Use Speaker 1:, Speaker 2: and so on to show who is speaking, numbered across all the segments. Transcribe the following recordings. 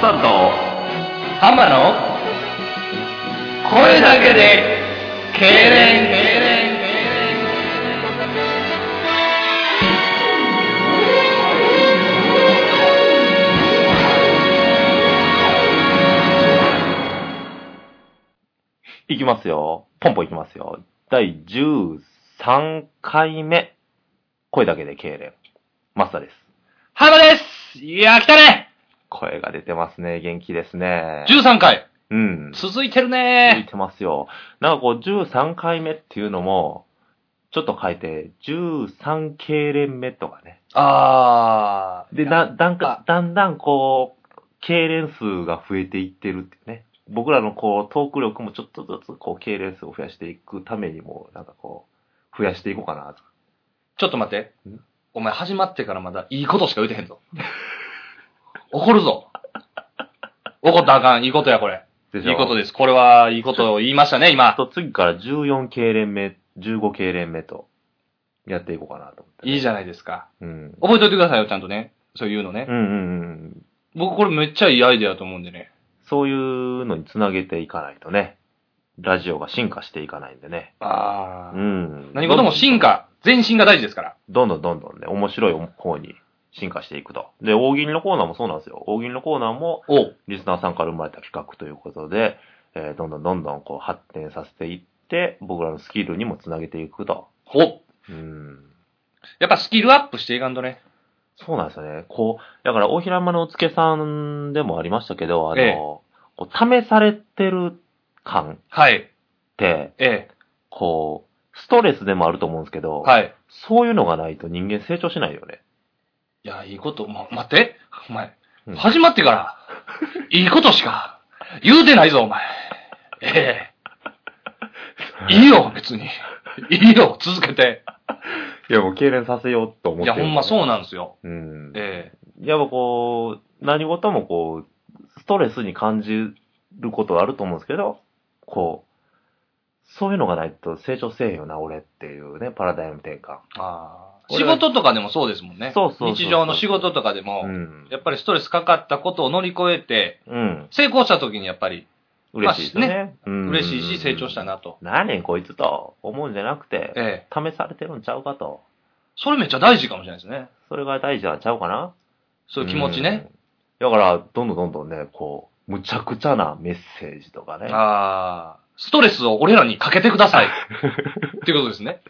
Speaker 1: サルと浜の声だけで痙攣いきますよ。ポンポンいきますよ。第13回目。声だけで痙攣。マスターです。
Speaker 2: 浜ですいや、来たね
Speaker 1: 声が出てますね。元気ですね。
Speaker 2: !13 回
Speaker 1: うん。
Speaker 2: 続いてる
Speaker 1: 続い
Speaker 2: ね
Speaker 1: てますよ。なんかこう、13回目っていうのも、ちょっと変えて、13経連目とかね。
Speaker 2: あー。
Speaker 1: で、だ、だん
Speaker 2: あ
Speaker 1: か、だんだんこう、経連数が増えていってるってね。僕らのこう、トーク力もちょっとずつこう、経連数を増やしていくためにも、なんかこう、増やしていこうかなと。
Speaker 2: ちょっと待って
Speaker 1: ん。
Speaker 2: お前始まってからまだいいことしか言うてへん ぞ。怒るぞ。怒ったらあかん。いいことや、これ。
Speaker 1: で
Speaker 2: いいこと
Speaker 1: で。
Speaker 2: です。これはいいことを言いましたね、
Speaker 1: あ
Speaker 2: 今。
Speaker 1: と次から14経連目、15経連目と、やっていこうかなと思って、
Speaker 2: いい
Speaker 1: い。
Speaker 2: じゃないですか。
Speaker 1: うん。
Speaker 2: 覚えておいてくださいよ、ちゃんとね。そういうのね
Speaker 1: う。んうんうん。
Speaker 2: 僕これめっちゃいいアイデアだと思うんでね。
Speaker 1: そういうのにつなげていかないとね、ラジオが進化していかないんでね。
Speaker 2: あ
Speaker 1: う
Speaker 2: ー。
Speaker 1: ん。
Speaker 2: 何事も進。化、前進が大事ですから。
Speaker 1: どんどんどんどんね、面白い方に進化していくと。で、大喜利のコーナーもそうなんですよ。大喜利のコーナーも、
Speaker 2: おう。
Speaker 1: リスナーさんから生まれた企画ということで、えーどんどんどんどんこう発展させていって、僕らのスキルにもつなげていくと。
Speaker 2: おう。
Speaker 1: うん。
Speaker 2: やっぱスキルアップしていかんとね。
Speaker 1: そうなんですよね。こう、だから、大平間のおつけさんでもありましたけど、あの、
Speaker 2: ええ
Speaker 1: こう試されてる感
Speaker 2: はい。
Speaker 1: って、
Speaker 2: ええ。
Speaker 1: こう、ストレスでもあると思うんですけど、
Speaker 2: はい。
Speaker 1: そういうのがないと人間成長しないよね。
Speaker 2: いや、いいこと、ま、待って。お前、
Speaker 1: うん
Speaker 2: 始まってから、いいことしか言うてないぞ、お前。ええいいよ、別に。いいよ、続けて。
Speaker 1: いや、もう、痙攣させようと思
Speaker 2: いや、ほんまそう
Speaker 1: う。
Speaker 2: なんですよ。
Speaker 1: うん。
Speaker 2: え
Speaker 1: やっぱこう、何事もこう、ストレスに感じることはあると思うんですけど、こう、そういうのがないと成長せえへんよな、俺っていうね、パラダイム転換。
Speaker 2: えあー
Speaker 1: これ
Speaker 2: 仕
Speaker 1: は
Speaker 2: 事とかでもそうですもんね。
Speaker 1: そうそうそうそう
Speaker 2: 日常の仕事とかでも、
Speaker 1: うん。
Speaker 2: やっぱりストレスかかったことを乗り越えて、
Speaker 1: うん。
Speaker 2: 成功した時にやっぱり
Speaker 1: 嬉しいですよね。うん
Speaker 2: 嬉しいし成長した。なと。
Speaker 1: 何年こいつと思うんじゃなくて、
Speaker 2: ええ。
Speaker 1: 試されてるんちゃうかと。
Speaker 2: それめっちゃ大事かもしれないですね。
Speaker 1: それが大事なんちゃうかな
Speaker 2: そういう気持ちね。
Speaker 1: うん。だから、どんどんどんどんね、こう、むちゃくちゃなメッセージとかね。
Speaker 2: ああ、ストレスを俺らにかけてく ださい。っていうことですね。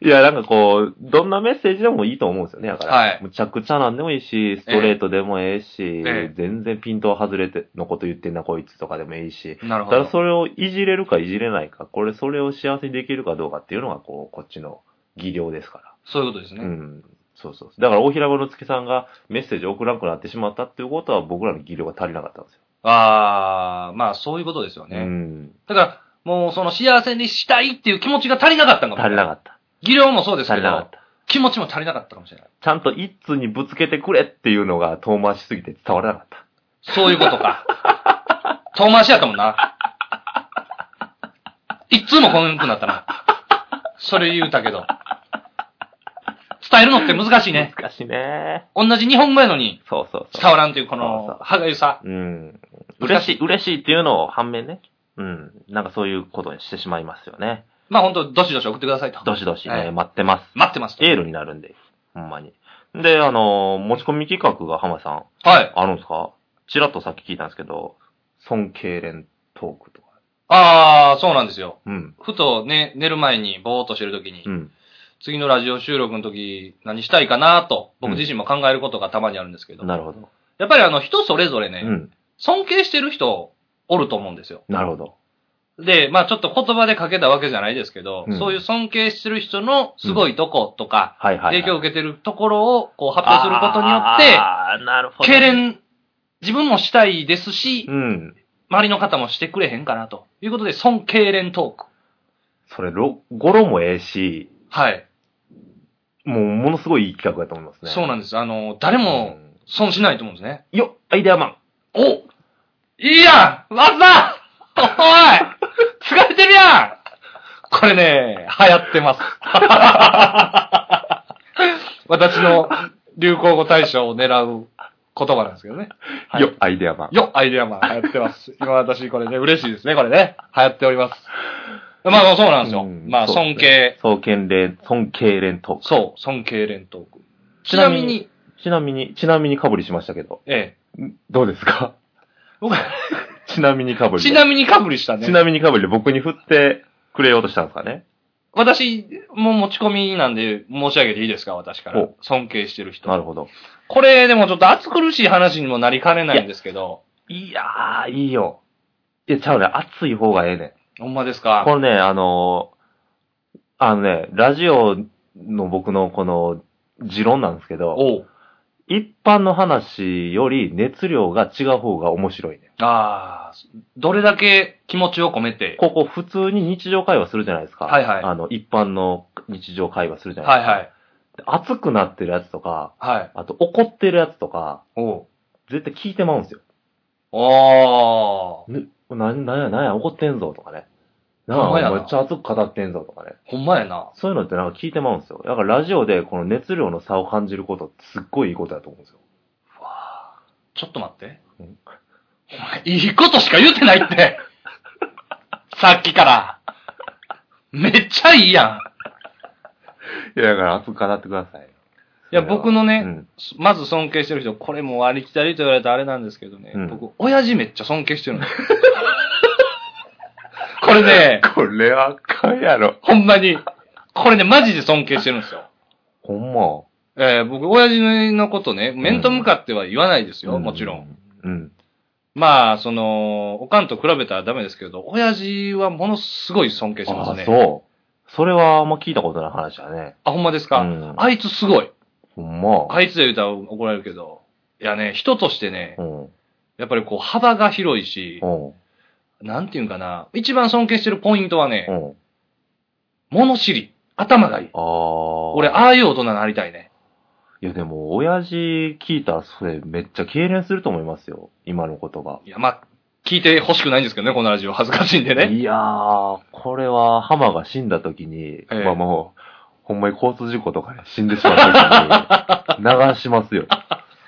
Speaker 1: いや、なんかこう、どんなメッセージでもいいと思うんですよね。だから、
Speaker 2: はい
Speaker 1: むちゃくちゃなんでもいいし、ストレートでもええし、
Speaker 2: ええ
Speaker 1: 全然ピント外れてのこと言ってんなこいつとかでもいいし、
Speaker 2: なる
Speaker 1: た
Speaker 2: ほど。
Speaker 1: だそれをいじれるかいじれないか、これそれを幸せにできるかどうかっていうのが、こう、こっちの技量ですから。
Speaker 2: そういうことですね。
Speaker 1: うん。そうそうそう。だから、大平丸の月さんがメッセージを送らなくなってしまったっていうことは、僕らの技量が足りなかったんですよ。
Speaker 2: ああ、まあそういうことですよね。
Speaker 1: うん。
Speaker 2: だから、もうその幸せにしたいっていう気持ちが足りなかったんかもし
Speaker 1: 足
Speaker 2: れ
Speaker 1: り
Speaker 2: ない。
Speaker 1: なかった。
Speaker 2: 技量もそうです
Speaker 1: 足
Speaker 2: け
Speaker 1: りなかっ
Speaker 2: ど、
Speaker 1: た。
Speaker 2: 気持ちも足りなかったかもしれない。
Speaker 1: ちゃんと一通にぶつけてくれっていうのが遠回しすぎて伝わらなかった。
Speaker 2: そういうことか。 遠回しやったもんな。いっつもこのよくなったな。それ言うたけど。伝えるのって難しいね。
Speaker 1: 難しいね。
Speaker 2: 同じ日本語やのに
Speaker 1: そうそうそう。
Speaker 2: 伝わらんというこ
Speaker 1: そう
Speaker 2: の
Speaker 1: そう
Speaker 2: 歯がゆさ。
Speaker 1: うん。嬉
Speaker 2: 難し
Speaker 1: し
Speaker 2: い
Speaker 1: い、嬉しいっていうのを反面ね。うん。なんかそういうことにしてしまいますよね。
Speaker 2: まあ本当どしどし送ってくださいと。
Speaker 1: どしどしね、
Speaker 2: はい
Speaker 1: 待ってます。
Speaker 2: 待ってますと。
Speaker 1: エールになるんで、ほんまに。で、あのー持ち込み企画が浜さん、
Speaker 2: はい。
Speaker 1: あるんですかちらっとさっき聞いたんですけど、尊敬連トークとか。
Speaker 2: ああ、そうなんですよ。
Speaker 1: うん。
Speaker 2: ふとね、寝る前にぼーっとしてるときに、
Speaker 1: うん。
Speaker 2: 次のラジオ収録の時何したいかなと、
Speaker 1: うん
Speaker 2: 僕自身も考えることがたまにあるんですけど、
Speaker 1: なるほど。
Speaker 2: やっぱりあの人それぞれね、
Speaker 1: うん。
Speaker 2: 尊敬してる人おると思うんですよ。
Speaker 1: なるほど。
Speaker 2: で、まあちょっと言葉でかけたわけじゃないですけど、
Speaker 1: うん
Speaker 2: そういう尊敬してる人のすごいとことか、
Speaker 1: はいはい、はい。
Speaker 2: 影響を受
Speaker 1: け
Speaker 2: けてるところをこう発表することによっ
Speaker 1: あーなるほど。
Speaker 2: て、痙攣、自分もしたいですし
Speaker 1: う、ん。
Speaker 2: 周りの方もしてくれへんかなということで、尊敬連トーク。
Speaker 1: それ、ろ語呂もええし、
Speaker 2: はい。
Speaker 1: もう、ものすごいいい企画だと思いますね。
Speaker 2: そう
Speaker 1: な
Speaker 2: なんです。あの、誰も、損しないと思うんですね。
Speaker 1: よっ、アイデアマン。
Speaker 2: おいいやん松田おい疲れてるやんこれね、流行ってます。 私の流行語大賞を狙う言葉なんですけどね。はい
Speaker 1: よ、アイデアマン。
Speaker 2: よ、アイデアマン流行ってます。今私これね、嬉しいですね、これね。流行っております。まあまあそうなんですよ。
Speaker 1: うん
Speaker 2: まあ
Speaker 1: そうで
Speaker 2: 尊
Speaker 1: すね
Speaker 2: 敬、
Speaker 1: 尊敬連、尊敬連トーク。
Speaker 2: そう、尊敬連トーク。
Speaker 1: ち
Speaker 2: ち
Speaker 1: な
Speaker 2: な
Speaker 1: み
Speaker 2: み
Speaker 1: に
Speaker 2: に、
Speaker 1: ちなみに、ちなみにかぶりしましたけど。
Speaker 2: え
Speaker 1: どうですか ちなみにかぶ
Speaker 2: え。
Speaker 1: り。
Speaker 2: ちなみにかぶりしたね。
Speaker 1: ちなみにかぶりで僕に振ってくれようとしたんですかね
Speaker 2: 私、もう持ち込みなんで申し上げていいですか、私から
Speaker 1: お。
Speaker 2: 尊敬してる人。
Speaker 1: なるほど。
Speaker 2: これでもちょっと暑苦しい話にもなりかねないんですけど。
Speaker 1: いやー、いいよ。いや、ちゃうね。熱い方がええねん。
Speaker 2: ほんまですか
Speaker 1: これね、あのーあのね、ラジオの僕のこの、持論なんですけど、
Speaker 2: おう。
Speaker 1: 一般の話より熱量が違う方が面白いね。
Speaker 2: ああ、どれだけ気持ちを込めて。
Speaker 1: ここ普通に日常会話するじゃないですか。
Speaker 2: はいはい
Speaker 1: あの、一般の日常会話するじゃない
Speaker 2: は
Speaker 1: で
Speaker 2: い
Speaker 1: すか。
Speaker 2: はい。
Speaker 1: い熱くなってるやつとか、
Speaker 2: はい。
Speaker 1: あと怒ってるやつとか、
Speaker 2: おう。
Speaker 1: 絶対聞いてまうんですよ。
Speaker 2: ああ、
Speaker 1: ね、なんなんやなんや怒ってんぞとかね。なあ、
Speaker 2: ほんまやな
Speaker 1: めっちゃ熱く語ってんぞとかね。
Speaker 2: ほんまやな。
Speaker 1: そういうのってなんか聞いてまうんですよ。だからラジオでこの熱量の差を感じることってすっごいいいことだと思うんですよ。
Speaker 2: ちょっと待って
Speaker 1: うん。
Speaker 2: お前、いいことしか言ってないって。 さっきから。めっちゃいいやん。
Speaker 1: いや、だから熱く語ってください。
Speaker 2: いや、僕のね、
Speaker 1: うん
Speaker 2: まず尊敬してる人、これもうありきたりと言われたらあれなんですけどね、
Speaker 1: うん
Speaker 2: 僕、親父めっちゃ尊 敬してるんですよ。これね、
Speaker 1: これはあかんやろ。
Speaker 2: ほんまに、これね、マジで尊敬してるんですよ。
Speaker 1: ほんま。
Speaker 2: えー僕、親父のことね、面と向かっては言わないですよ、
Speaker 1: う
Speaker 2: もちろん。。
Speaker 1: うん。
Speaker 2: まあ、その、おかんと比べたらダメですけど、親父はものすごい尊敬してま
Speaker 1: あ
Speaker 2: すね。
Speaker 1: そう。それはあんま聞いたことない話だね。
Speaker 2: あ、ほんまですか、
Speaker 1: うん
Speaker 2: あいつすごい。
Speaker 1: ほんま。
Speaker 2: あいつで言うたら怒られるけど、いやね、人としてね
Speaker 1: う、ん。うん。
Speaker 2: やっぱりこう、幅が広いし、なんていうんかな、一番尊敬してるポイントはね
Speaker 1: う、ん。
Speaker 2: 物知り、頭がいい。
Speaker 1: ああ。
Speaker 2: 俺、ああいう大人になりたいね。
Speaker 1: いやでも、親父聞いたらそれめっちゃ痙攣すると思いますよ。今の言葉。
Speaker 2: いや、まあ、聞いて欲しくないんですけどね、このラジオ。恥ずかしいんでね。
Speaker 1: いやー、これは、ハマが死んだ時に、
Speaker 2: ええ
Speaker 1: まあもう、ほんまに交通事故とかで死んでしまった時に、流しますよ。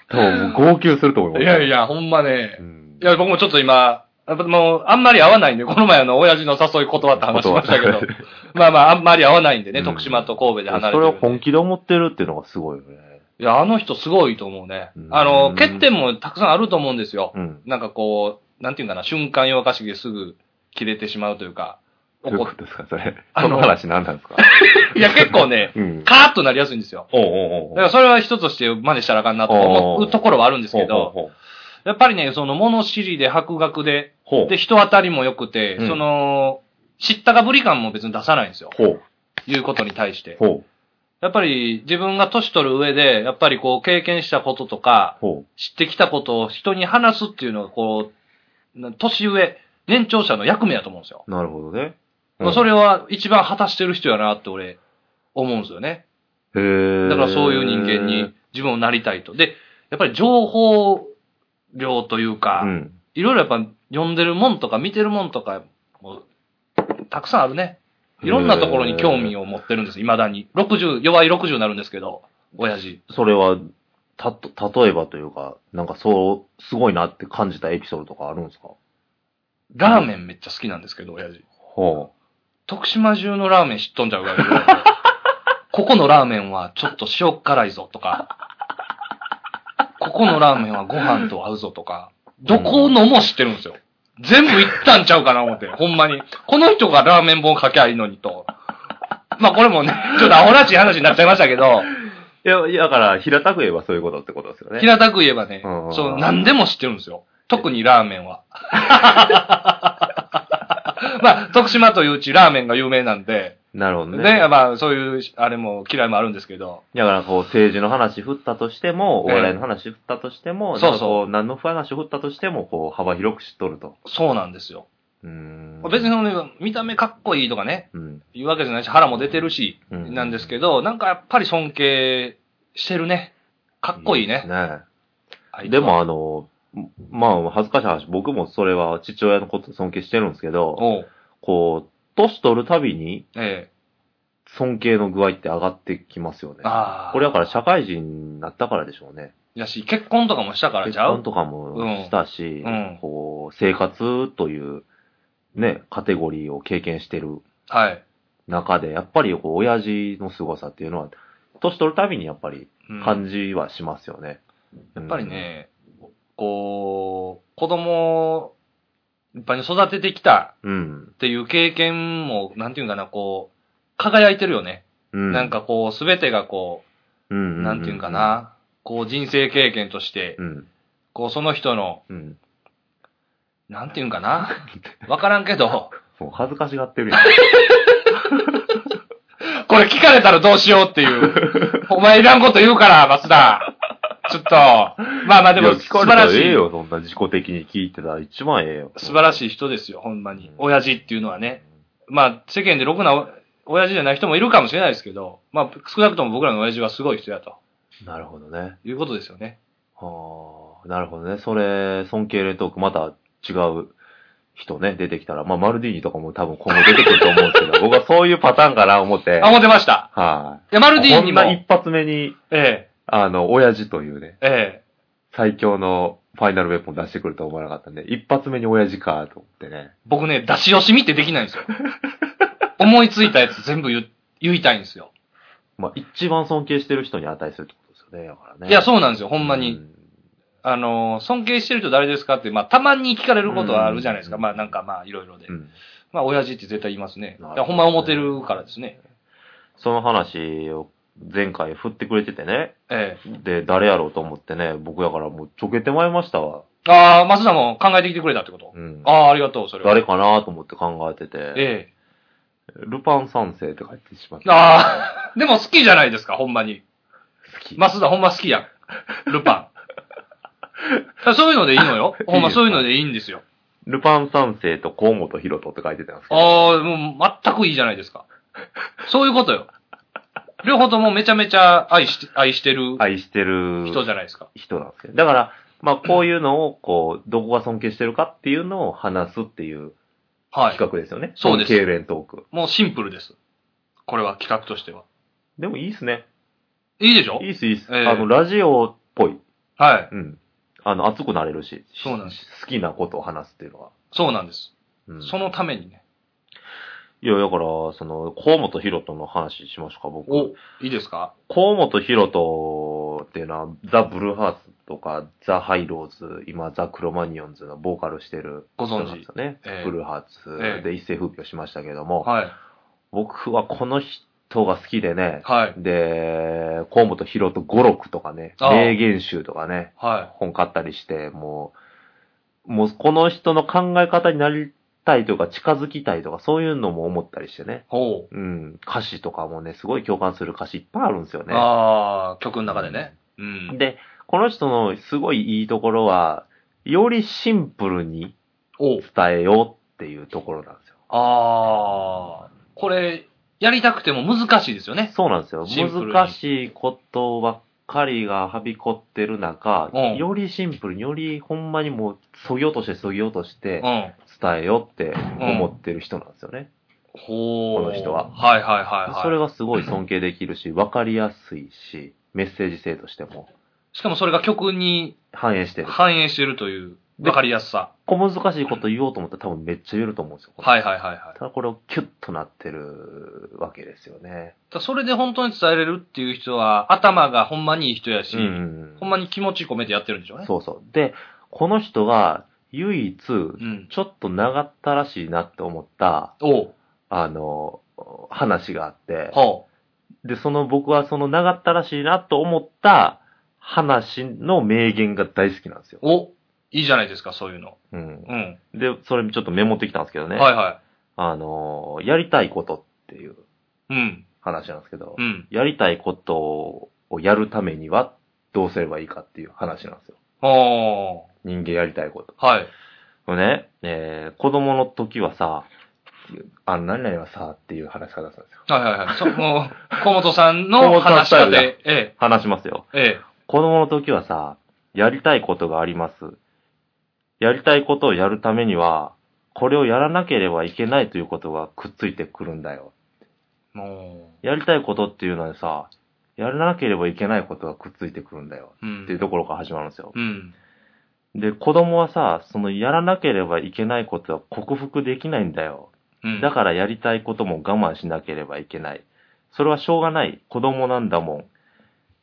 Speaker 1: 多分、号泣すると思います。
Speaker 2: いやい
Speaker 1: や。
Speaker 2: や、ほんまね
Speaker 1: う。ん
Speaker 2: い、や、僕もちょっと今、やっぱもう、あんまり合わないんで、この前あの、親父の誘い断った話しましたけど
Speaker 1: 断っ、
Speaker 2: まあまあ、あんまり合わないんでね、
Speaker 1: うん
Speaker 2: 徳島と神戸で離れ
Speaker 1: そ
Speaker 2: て
Speaker 1: れ
Speaker 2: る
Speaker 1: を
Speaker 2: んで。
Speaker 1: 本気で思ってるっていうのがすごいよね。
Speaker 2: いや、あの人すごいと思うね
Speaker 1: うん。
Speaker 2: あの、欠点もたくさんあると思うんですよ。
Speaker 1: うん。
Speaker 2: なんかこう、なんていうんかな、瞬間弱化しですぐ切れてしまうというか、
Speaker 1: どういう
Speaker 2: 怒
Speaker 1: こ
Speaker 2: っ
Speaker 1: とですか、それ。
Speaker 2: あ
Speaker 1: そ
Speaker 2: の
Speaker 1: の話何なんですか
Speaker 2: いや、結構ね、
Speaker 1: うん。
Speaker 2: カーッとなりやすいんですよ。
Speaker 1: おうおうお
Speaker 2: だからそれは人として真似したらあかんなと思うところはあるんですけど、
Speaker 1: ほう
Speaker 2: やっぱりね、その物知りで博学で、
Speaker 1: ほう。
Speaker 2: で、人当たりも良くて、
Speaker 1: うん
Speaker 2: その、知ったかぶり感も別に出さないんですよ。
Speaker 1: ほう。
Speaker 2: いうことに対して。
Speaker 1: ほう。
Speaker 2: やっぱり自分が年取る上で、やっぱりこう経験したこととか、
Speaker 1: ほ
Speaker 2: 知ってきたことを人に話すっていうのがこう、な年上、年長者の役目だと思うんですよ。
Speaker 1: う。なるほどね。
Speaker 2: まあそ
Speaker 1: れ、
Speaker 2: れは一番果たしてる人やなって俺、思うんですよね。
Speaker 1: へー
Speaker 2: だからそういう人間に。自分をなりたいと。で、やっぱり情報量というか、
Speaker 1: うん。
Speaker 2: いろいろやっぱ読んでるもんとか見てるもんとかも、たくさんあるね。いろんなところに興味を持ってるんです、未だに。60、弱い60になるんですけど、親父。
Speaker 1: それは、たと、例えばというか、なんかそう、すごいなって感じたエピソードとかあるんですか
Speaker 2: ラーメンめっちゃ好きなんですけど、親父。
Speaker 1: ほ
Speaker 2: 徳島中のラーメン知っとんじゃ うから、ここのラーメンはちょっと塩辛いぞとか、ここのラーメンはご飯と合うぞとか、どこのも知ってるんですよ。全部行ったんちゃうかな思って、ほんまに。この人がラーメン本書きゃいいのにと。まあこれもね、ちょっとアホらしい話になっちゃいましたけど、
Speaker 1: う。いや、いや、だから、平たく言えばそういうことってことですよね。
Speaker 2: 平たく言えばね
Speaker 1: うんうんうん、
Speaker 2: そう、何でも知ってるんですよ。特にラーメ ンは。まあ、徳島といううちラーメンが有名なんで、
Speaker 1: なるほどね。
Speaker 2: ね、まあ、そういう、あれも嫌いもあるんですけど、
Speaker 1: だから、こう、政治の話振ったとしても、お
Speaker 2: ええ
Speaker 1: 笑いの話振ったとしても、
Speaker 2: そう
Speaker 1: なん
Speaker 2: そう
Speaker 1: かこ何の話振ったとしても、こう、幅広く知っとると。
Speaker 2: そうなんですよ。
Speaker 1: うーん。
Speaker 2: 別にそのね見た目かっこいいとかね、
Speaker 1: うん。
Speaker 2: いうわけじゃないし、腹も出てるし、
Speaker 1: うん
Speaker 2: なんですけど、なんかやっぱり尊敬してるね。かっこいいね。
Speaker 1: ね
Speaker 2: あ
Speaker 1: え
Speaker 2: いつ
Speaker 1: で、
Speaker 2: は
Speaker 1: も、あの、まあ、恥ずかしい話、僕もそれは父親のこと尊敬してるんですけど、
Speaker 2: おう
Speaker 1: こう、年取るたびに、
Speaker 2: え
Speaker 1: 尊敬の具合って上がってきますよね
Speaker 2: え。。ああ。
Speaker 1: これだから社会人になったからでしょうね。
Speaker 2: やし、結婚とかもしたから
Speaker 1: 結
Speaker 2: ちゃ
Speaker 1: 婚
Speaker 2: う
Speaker 1: とかもしたし、
Speaker 2: うん
Speaker 1: こう、生活という、ね、カテゴリーを経験してる
Speaker 2: はい。
Speaker 1: 中で、やっぱりこう、親父の凄さっていうのは、年取るたびにやっぱり
Speaker 2: うん
Speaker 1: 感じはしますよね。や
Speaker 2: やっぱり、ね、こう、子供をいっぱいに育ててきた
Speaker 1: うん。
Speaker 2: っていう経験も、なんていうんかな、こう、輝いてるよね。
Speaker 1: うん。
Speaker 2: なん、かこう、すべてがこう、
Speaker 1: ん
Speaker 2: なんていうんか。な、こう人生経験として、
Speaker 1: うん。
Speaker 2: こうその人の、
Speaker 1: うん。
Speaker 2: なんていうん かな、わからんけど、
Speaker 1: もう恥ずかしがってるやん。
Speaker 2: これ聞かれたらどうしようっ ていう、お前いらんこと言うから、マスダ。ちょっと、ま あまあで
Speaker 1: い
Speaker 2: も、
Speaker 1: や
Speaker 2: 素
Speaker 1: 聞か
Speaker 2: 晴
Speaker 1: れた
Speaker 2: ら
Speaker 1: ら
Speaker 2: し
Speaker 1: ええ
Speaker 2: い、
Speaker 1: よ、そんな自己的に聞いてたら一番ええよ。
Speaker 2: 素晴ら
Speaker 1: い
Speaker 2: しい人ですよ、ほんまに
Speaker 1: うん。
Speaker 2: 親父っていうのはね。。まあ、世間でろくなお親父じゃない人もいるかもしれないですけど、まあ、少なくとも僕らの親父はすごい人だと
Speaker 1: なるほどね。
Speaker 2: いうことですよね。
Speaker 1: はあ、なるほどね。それ、尊敬レトーク、また違う人ね、出てきたら、まあ、マルディーニとかも多分今後出てくると思うんですけ ど、僕はそういうパターンかな、思って。
Speaker 2: あ、
Speaker 1: はい、
Speaker 2: 思ってました。いや、マ
Speaker 1: マ
Speaker 2: ルディーニも、
Speaker 1: こんな
Speaker 2: え
Speaker 1: 一発目に、
Speaker 2: え、
Speaker 1: あの、親父というね、
Speaker 2: ええ、
Speaker 1: 最強のファイナルウェポン出してくると思わなかったんで、一発目に親父か、と思ってね。
Speaker 2: 僕ね、出し惜しみってできないん ですよ。思いついたやつ全部言う言いたいんですよ。
Speaker 1: まあ、一番尊敬してる人に値するってことですよね、だからね。、
Speaker 2: いや、そううなんですよ、ほんまに。。あの、尊敬してる人誰ですかって、まあ、たまに聞かれることはあるじゃないですか。
Speaker 1: うん
Speaker 2: まあ、なんかまあ、いろいろで
Speaker 1: う。ん。
Speaker 2: まあ、親父って絶対言いますね。だ
Speaker 1: なる
Speaker 2: か
Speaker 1: ほど
Speaker 2: らほんま思ってるからですね。
Speaker 1: その話を前回振ってくれててね、
Speaker 2: え
Speaker 1: で、誰やろうと思ってね、僕やからもうちょけてまいりましたわ。
Speaker 2: え。ああ、松田も考えてきてくれたってこと。
Speaker 1: うん。
Speaker 2: ああ、ありがとう、それは。
Speaker 1: 誰かなと思って考えてて、
Speaker 2: ええ。
Speaker 1: ルパン三世って書いてしまった。
Speaker 2: ああ、 でも好きじゃないですか、ほんまに。
Speaker 1: 好き。
Speaker 2: マスダほんま好きやん。ルパン。そういうのでいいのよ。ほんまそういうのでいいんですよ。
Speaker 1: ルパン三世と河本ロ人って書いてたんですけど。
Speaker 2: ああ、もう全くいいじゃないですか。そういうことよ。両方ともめちゃめちゃ愛して、愛してる
Speaker 1: 愛してる
Speaker 2: 人じゃないですか。
Speaker 1: 人なんですけど。だから、まあこういうのを、こう、どこが尊敬してるかっていうのを話すっていう
Speaker 2: はい。
Speaker 1: 企画ですよね。
Speaker 2: そうです
Speaker 1: 経連トーク。
Speaker 2: もうシンプルです。これは企画としては。
Speaker 1: でもいいっすね。
Speaker 2: いいでしょ
Speaker 1: いいっす、いいっす。
Speaker 2: ええ
Speaker 1: あの、ラジオっぽい。
Speaker 2: はい。
Speaker 1: うん。あの、熱くなれるし。
Speaker 2: そうなんで
Speaker 1: 好きなことを話すっていうのは。
Speaker 2: そうなんです。
Speaker 1: うん
Speaker 2: そのためにね。
Speaker 1: いや、だから、その、河本ロ人の話しましょうか、僕。
Speaker 2: お、いいですか
Speaker 1: 河本ヒロトっていうのは、ザ・ブルーハーツとか、ザ・ハイローズ、今、ザ・クロマニオンズのボーカルしてる
Speaker 2: ご
Speaker 1: 人
Speaker 2: 存
Speaker 1: なんです
Speaker 2: 知。
Speaker 1: よね。
Speaker 2: ええ
Speaker 1: ブルーハーツで一世風靡をしましたけども、
Speaker 2: はい。
Speaker 1: 僕はこの人が好きでね、
Speaker 2: はい。
Speaker 1: で、河本ヒロト語録とかね、
Speaker 2: ああ
Speaker 1: 名言集とかね、
Speaker 2: は
Speaker 1: 本買ったりして、もう、もうこの人の考え方になりたいというか、近づきたいとか、そういうのも思ったりしてね
Speaker 2: い。。ほ
Speaker 1: うん、歌詞とかもね、すごい共感する歌詞いっぱいあるんですよ
Speaker 2: う。
Speaker 1: ね。
Speaker 2: ああ、曲の中でね。うん。
Speaker 1: で、この人のすごいいいところは、よりシンプルに
Speaker 2: お
Speaker 1: 伝えようっていうところなんですよ。
Speaker 2: ああ、これ、やりたくても難しいですよね。
Speaker 1: そうなんですよ。
Speaker 2: シンプルに
Speaker 1: 難しいことばっかりがはびこってる中、
Speaker 2: うん
Speaker 1: よりシンプルに、よりほんまにもう、そぎ落としてそぎ落とし
Speaker 2: う
Speaker 1: て、
Speaker 2: ん。
Speaker 1: 伝えようって思ってる人なんですよね。
Speaker 2: ほう。
Speaker 1: この人は
Speaker 2: はいはいはいはい。
Speaker 1: それがすごい尊敬できる し、わかりやすいし、メッセージ性としても
Speaker 2: しかもそれが曲に
Speaker 1: 反映してる。
Speaker 2: 反映してるという、
Speaker 1: で
Speaker 2: わかりやすさ。
Speaker 1: 小難しいこと言おうと思ったら多分めっちゃ言えると思うんですよ。
Speaker 2: はいはいはいはい。
Speaker 1: ただこれをキュッとなってるわけですよね。
Speaker 2: だからそれで本当に伝えれるっていう人は、頭がほんまにいい人やし、
Speaker 1: ん
Speaker 2: ほんまに気持ち込めてやってるんでしょうね。
Speaker 1: そうそう。で、この人が唯一、
Speaker 2: うん。
Speaker 1: ちょっと長ったらしいなって思った、
Speaker 2: おう。
Speaker 1: あの、話があって、
Speaker 2: ほ
Speaker 1: で、その僕はその長ったらしいなと思った話の名言が大好きなんですよ
Speaker 2: う。。お。いいじゃないですか、そういうの。
Speaker 1: うん。
Speaker 2: うん。
Speaker 1: で、それちょっとメモってきたんですけどね。
Speaker 2: はいは
Speaker 1: あの、やりたいことっていう
Speaker 2: い。うん。
Speaker 1: 話なんですけど、
Speaker 2: うん。
Speaker 1: やりたいことをやるためにはどうすればいいかっていう話なんですよ。
Speaker 2: ほ
Speaker 1: 人間やりたいこと。
Speaker 2: う。はい。
Speaker 1: これね、えー子供の時はさ、あの、何々はさ、っていう話し方するんですよ。
Speaker 2: はいはいはい。そも う、小本さん
Speaker 1: 小
Speaker 2: の
Speaker 1: 本さん
Speaker 2: 話
Speaker 1: ス
Speaker 2: し
Speaker 1: タイ
Speaker 2: 方
Speaker 1: ルだ
Speaker 2: で、え
Speaker 1: 話しますよ。
Speaker 2: え、ええ。
Speaker 1: 子供の時はさ、やりたいことがあります。やりたいことをやるためには、これをやらなければいけないということがくっついてくるんだよ。
Speaker 2: もう、
Speaker 1: やりたいことっていうのはさ、やらなければいけないことがくっついてくるんだよ。
Speaker 2: うん。
Speaker 1: っていうところから始まるんですよ。
Speaker 2: うん。
Speaker 1: で、子供はさ、そのやらなければいけないことは克服できないんだよ。
Speaker 2: うん。
Speaker 1: だからやりたいことも我慢しなければいけない。それはしょうがない。子供なんだもん。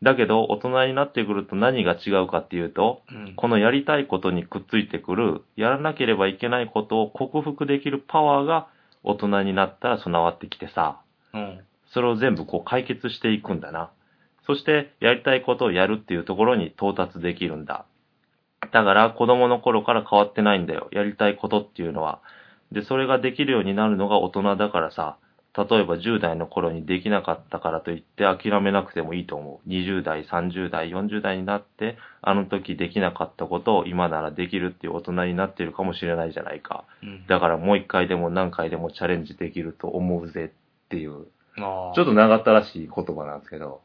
Speaker 1: だけど、大人になってくると何が違うかっていうと、
Speaker 2: うん、
Speaker 1: このやりたいことにくっついてくる、やらなければいけないことを克服できるパワーが大人になったら備わってきてさ、
Speaker 2: うん。
Speaker 1: それを全部こう解決していくんだな。そして、やりたいことをやるっていうところに到達できるんだ。だから、子供の頃から変わってないんだよ。やりたいことっていうのは。で、それができるようになるのが大人だからさ、例えば10代の頃にできなかったからといって諦めなくてもいいと思う。20代、30代、40代になって、あの時できなかったことを今ならできるっていう大人になっているかもしれないじゃないか。
Speaker 2: うん。
Speaker 1: だからもう一回でも何回でもチャレンジできると思うぜっていう。
Speaker 2: ああ
Speaker 1: ちょっと長ったらしい言葉なんですけど、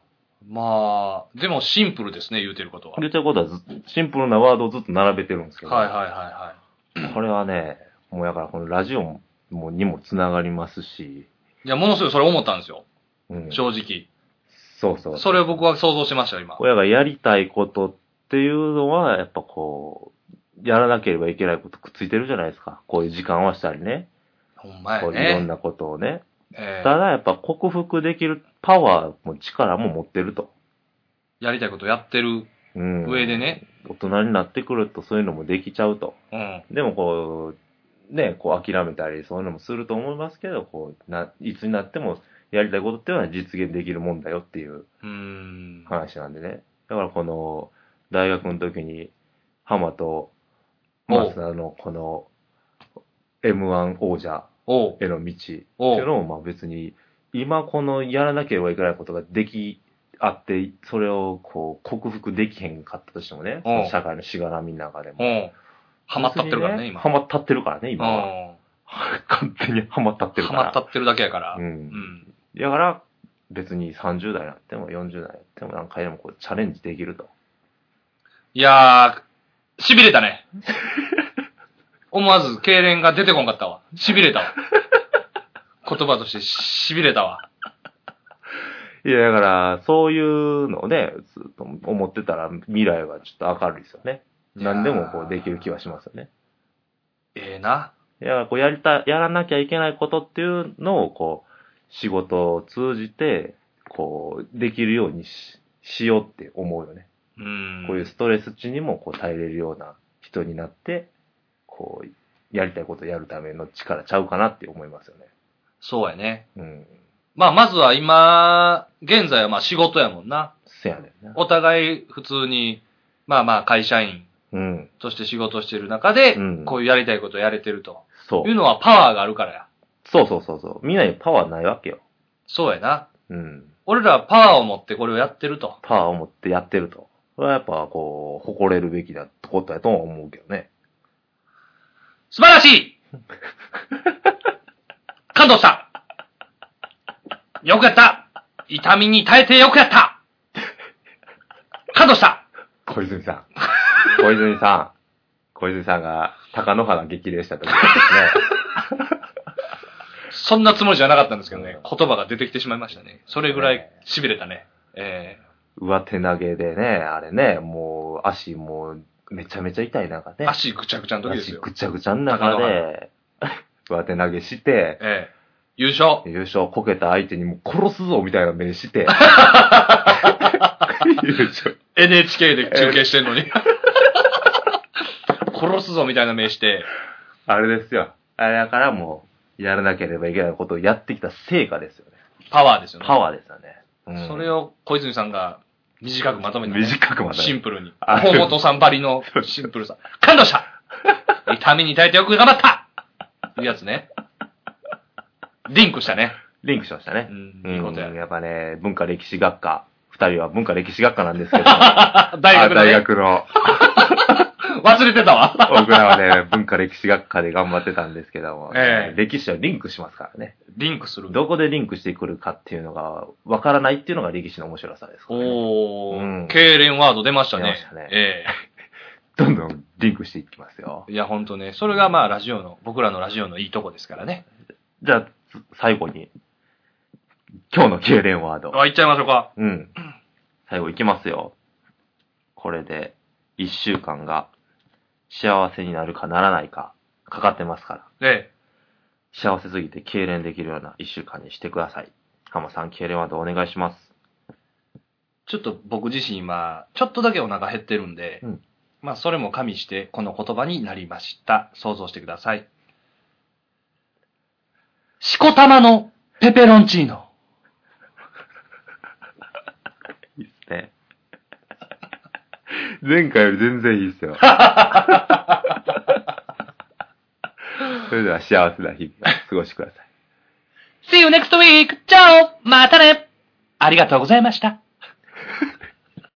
Speaker 2: まあ、でもシンプルですね、言うてることは。
Speaker 1: 言ってることはずっシンプルなワードをずっと並べてるんですけど、
Speaker 2: はいはいはいは
Speaker 1: これはね、もうやからこのラジオももにもつながりますし、
Speaker 2: い。いや、ものすごいそれ思ったんですよ。
Speaker 1: うん、
Speaker 2: 正直。
Speaker 1: そうそう。
Speaker 2: それを僕は想像してましたよ、今。
Speaker 1: 親がやりたいことっていうのは、やっぱこう、やらなければいけないことくっついてるじゃないですか。こういう時間はしたりね。
Speaker 2: ほんまや
Speaker 1: こういろん
Speaker 2: ね。
Speaker 1: なことをね。
Speaker 2: え
Speaker 1: た
Speaker 2: ー
Speaker 1: だやっぱ克服できるパワーも力も持ってると。
Speaker 2: やりたいことやってる
Speaker 1: うん。
Speaker 2: 上で。ね。
Speaker 1: 大人になってくるとそういうのもできちゃうと。
Speaker 2: うん。
Speaker 1: でもこう、ね、こう諦めたり、そういうのもすると思いますけど、こう、な、いつになってもやりたいことっていうのは実現できるもんだよっていう
Speaker 2: うーん。
Speaker 1: 話なんでね。だからこの、大学の時に、ハマと、マスターのこの、M1 王者
Speaker 2: おう。
Speaker 1: への道っていう
Speaker 2: お
Speaker 1: の
Speaker 2: う。
Speaker 1: も、まあ別に、今このやらなければいけないことができあって、それをこう、克服できへんかったとしてもね、その社会のしがらみの中でも。
Speaker 2: おう。はまったってるからね、今。
Speaker 1: ハマったってるからね、今は。
Speaker 2: は
Speaker 1: 完全にハマったってる
Speaker 2: は
Speaker 1: から。
Speaker 2: まったってるだけやから。
Speaker 1: う。
Speaker 2: うんん。
Speaker 1: だから、別に30代になっても40代になっても何回でもこうチャレンジできると。
Speaker 2: いやー、痺れ たね。思わず、痙攣が出てこんかったわ。痺れたわ。言葉としてし、痺れたわ。
Speaker 1: いや、だから、そういうのをね、ずっと思ってたら未来はちょっと明るいですよね。何でもこうできる気はしますよね。
Speaker 2: ええな。
Speaker 1: だから、こうやりた、やらなきゃいけないことっていうのをこう、仕事を通じて、こう、できるようにし、しようって思うよね。
Speaker 2: うん。
Speaker 1: こういうストレス値にもこう耐えれるような人になって、こう、やりたいことをやるための力ちゃうかなって思いますよね。
Speaker 2: そうやね。
Speaker 1: うん。
Speaker 2: まあ、まずは今、現在はまあ仕事やもんな。
Speaker 1: せやねんな。
Speaker 2: お互い普通に、まあまあ会社員
Speaker 1: うん。
Speaker 2: として仕事してる中で、
Speaker 1: うん
Speaker 2: こういうやりたいことやれてると。
Speaker 1: そう
Speaker 2: いう。のはパワーがあるからや。
Speaker 1: そうそうそうそう。みんなにパワーないわけよ。
Speaker 2: そうやな。
Speaker 1: うん。
Speaker 2: 俺らはパワーを持ってこれをやってると。
Speaker 1: パワーを持ってやってると。それはやっぱこう、誇れるべきだってことやとは思うけどね。
Speaker 2: 素晴らし い感動したよくやった痛みに耐えてよくやった感動した
Speaker 1: 小泉さん。 小泉さん。小泉さんが、高野花激励した 時ですね。
Speaker 2: そんなつもりじゃなかったんですけどね。
Speaker 1: う
Speaker 2: 言葉が出てきてしまいましたね。それぐらい痺れたね。え
Speaker 1: 上手投げでね、あれね、もう、足もう、めちゃめちゃ痛い中
Speaker 2: え
Speaker 1: ね。
Speaker 2: 足ぐちゃぐちゃの時です
Speaker 1: 足
Speaker 2: よ。
Speaker 1: ぐちゃぐちゃの中で、 上手投げして、
Speaker 2: ええ優勝
Speaker 1: 優勝こけた相手にもう殺すぞみたいな目 して、優勝。
Speaker 2: !NHK で中継してん のに。殺すぞみたいな目して。
Speaker 1: あれですよ。あれだからもう、やらなければいけないことをやってきた成果ですよね。
Speaker 2: パワーですよね。
Speaker 1: パワーですよね。うん
Speaker 2: それを小泉さんが短くまとめて、
Speaker 1: 短くまた
Speaker 2: シンプルに。
Speaker 1: あ
Speaker 2: 本本さんばりのシンプルさ。感動した痛みに耐えてよく頑張ったいうやつね。リンクしたね。
Speaker 1: リンクしましたね
Speaker 2: う。ん、
Speaker 1: うん
Speaker 2: いいことや。
Speaker 1: やっぱね、文化歴史学科。二人は文化歴史学科なんです けど、
Speaker 2: 大学
Speaker 1: 大
Speaker 2: だね。
Speaker 1: 学の、
Speaker 2: 忘れてたわ。
Speaker 1: 僕らはね、文化歴史学科で頑張ってたんですけども、
Speaker 2: ええ
Speaker 1: 歴史はリンクしますからね。
Speaker 2: リンクする。
Speaker 1: どこでリンクしてくるかっていうのが、わからないっていうのが歴史の面白さですからね、
Speaker 2: お
Speaker 1: う
Speaker 2: ー、
Speaker 1: ん
Speaker 2: 痙攣ワード出ましたね。
Speaker 1: 出ましたね
Speaker 2: え
Speaker 1: どんどんリンクしていきますよ
Speaker 2: え。いや、ほんとね。それがまあ、ラジオの、僕らのラジオのいいとこですからね。
Speaker 1: じゃあ、つ最後に、今日の経連ワード。
Speaker 2: あ、いっちゃいましょうか。
Speaker 1: うん。最後いきますよ。これで、一週間が、幸せになるかならないか、かかってますから。
Speaker 2: え
Speaker 1: 幸せすぎて痙攣できるような一週間にしてください。浜さん、痙攣までお願いします。
Speaker 2: ちょっと僕自身今、ちょっとだけお腹減ってるんで、
Speaker 1: うん
Speaker 2: まあそれも加味してこの言葉になりました。想像してください。しこたまのペペロンチーノ。
Speaker 1: いいっすね。前回より全然いいっすよ。それでは幸せな日々を過ごしてください。
Speaker 2: See you next week! チャオまたねありがとうございました。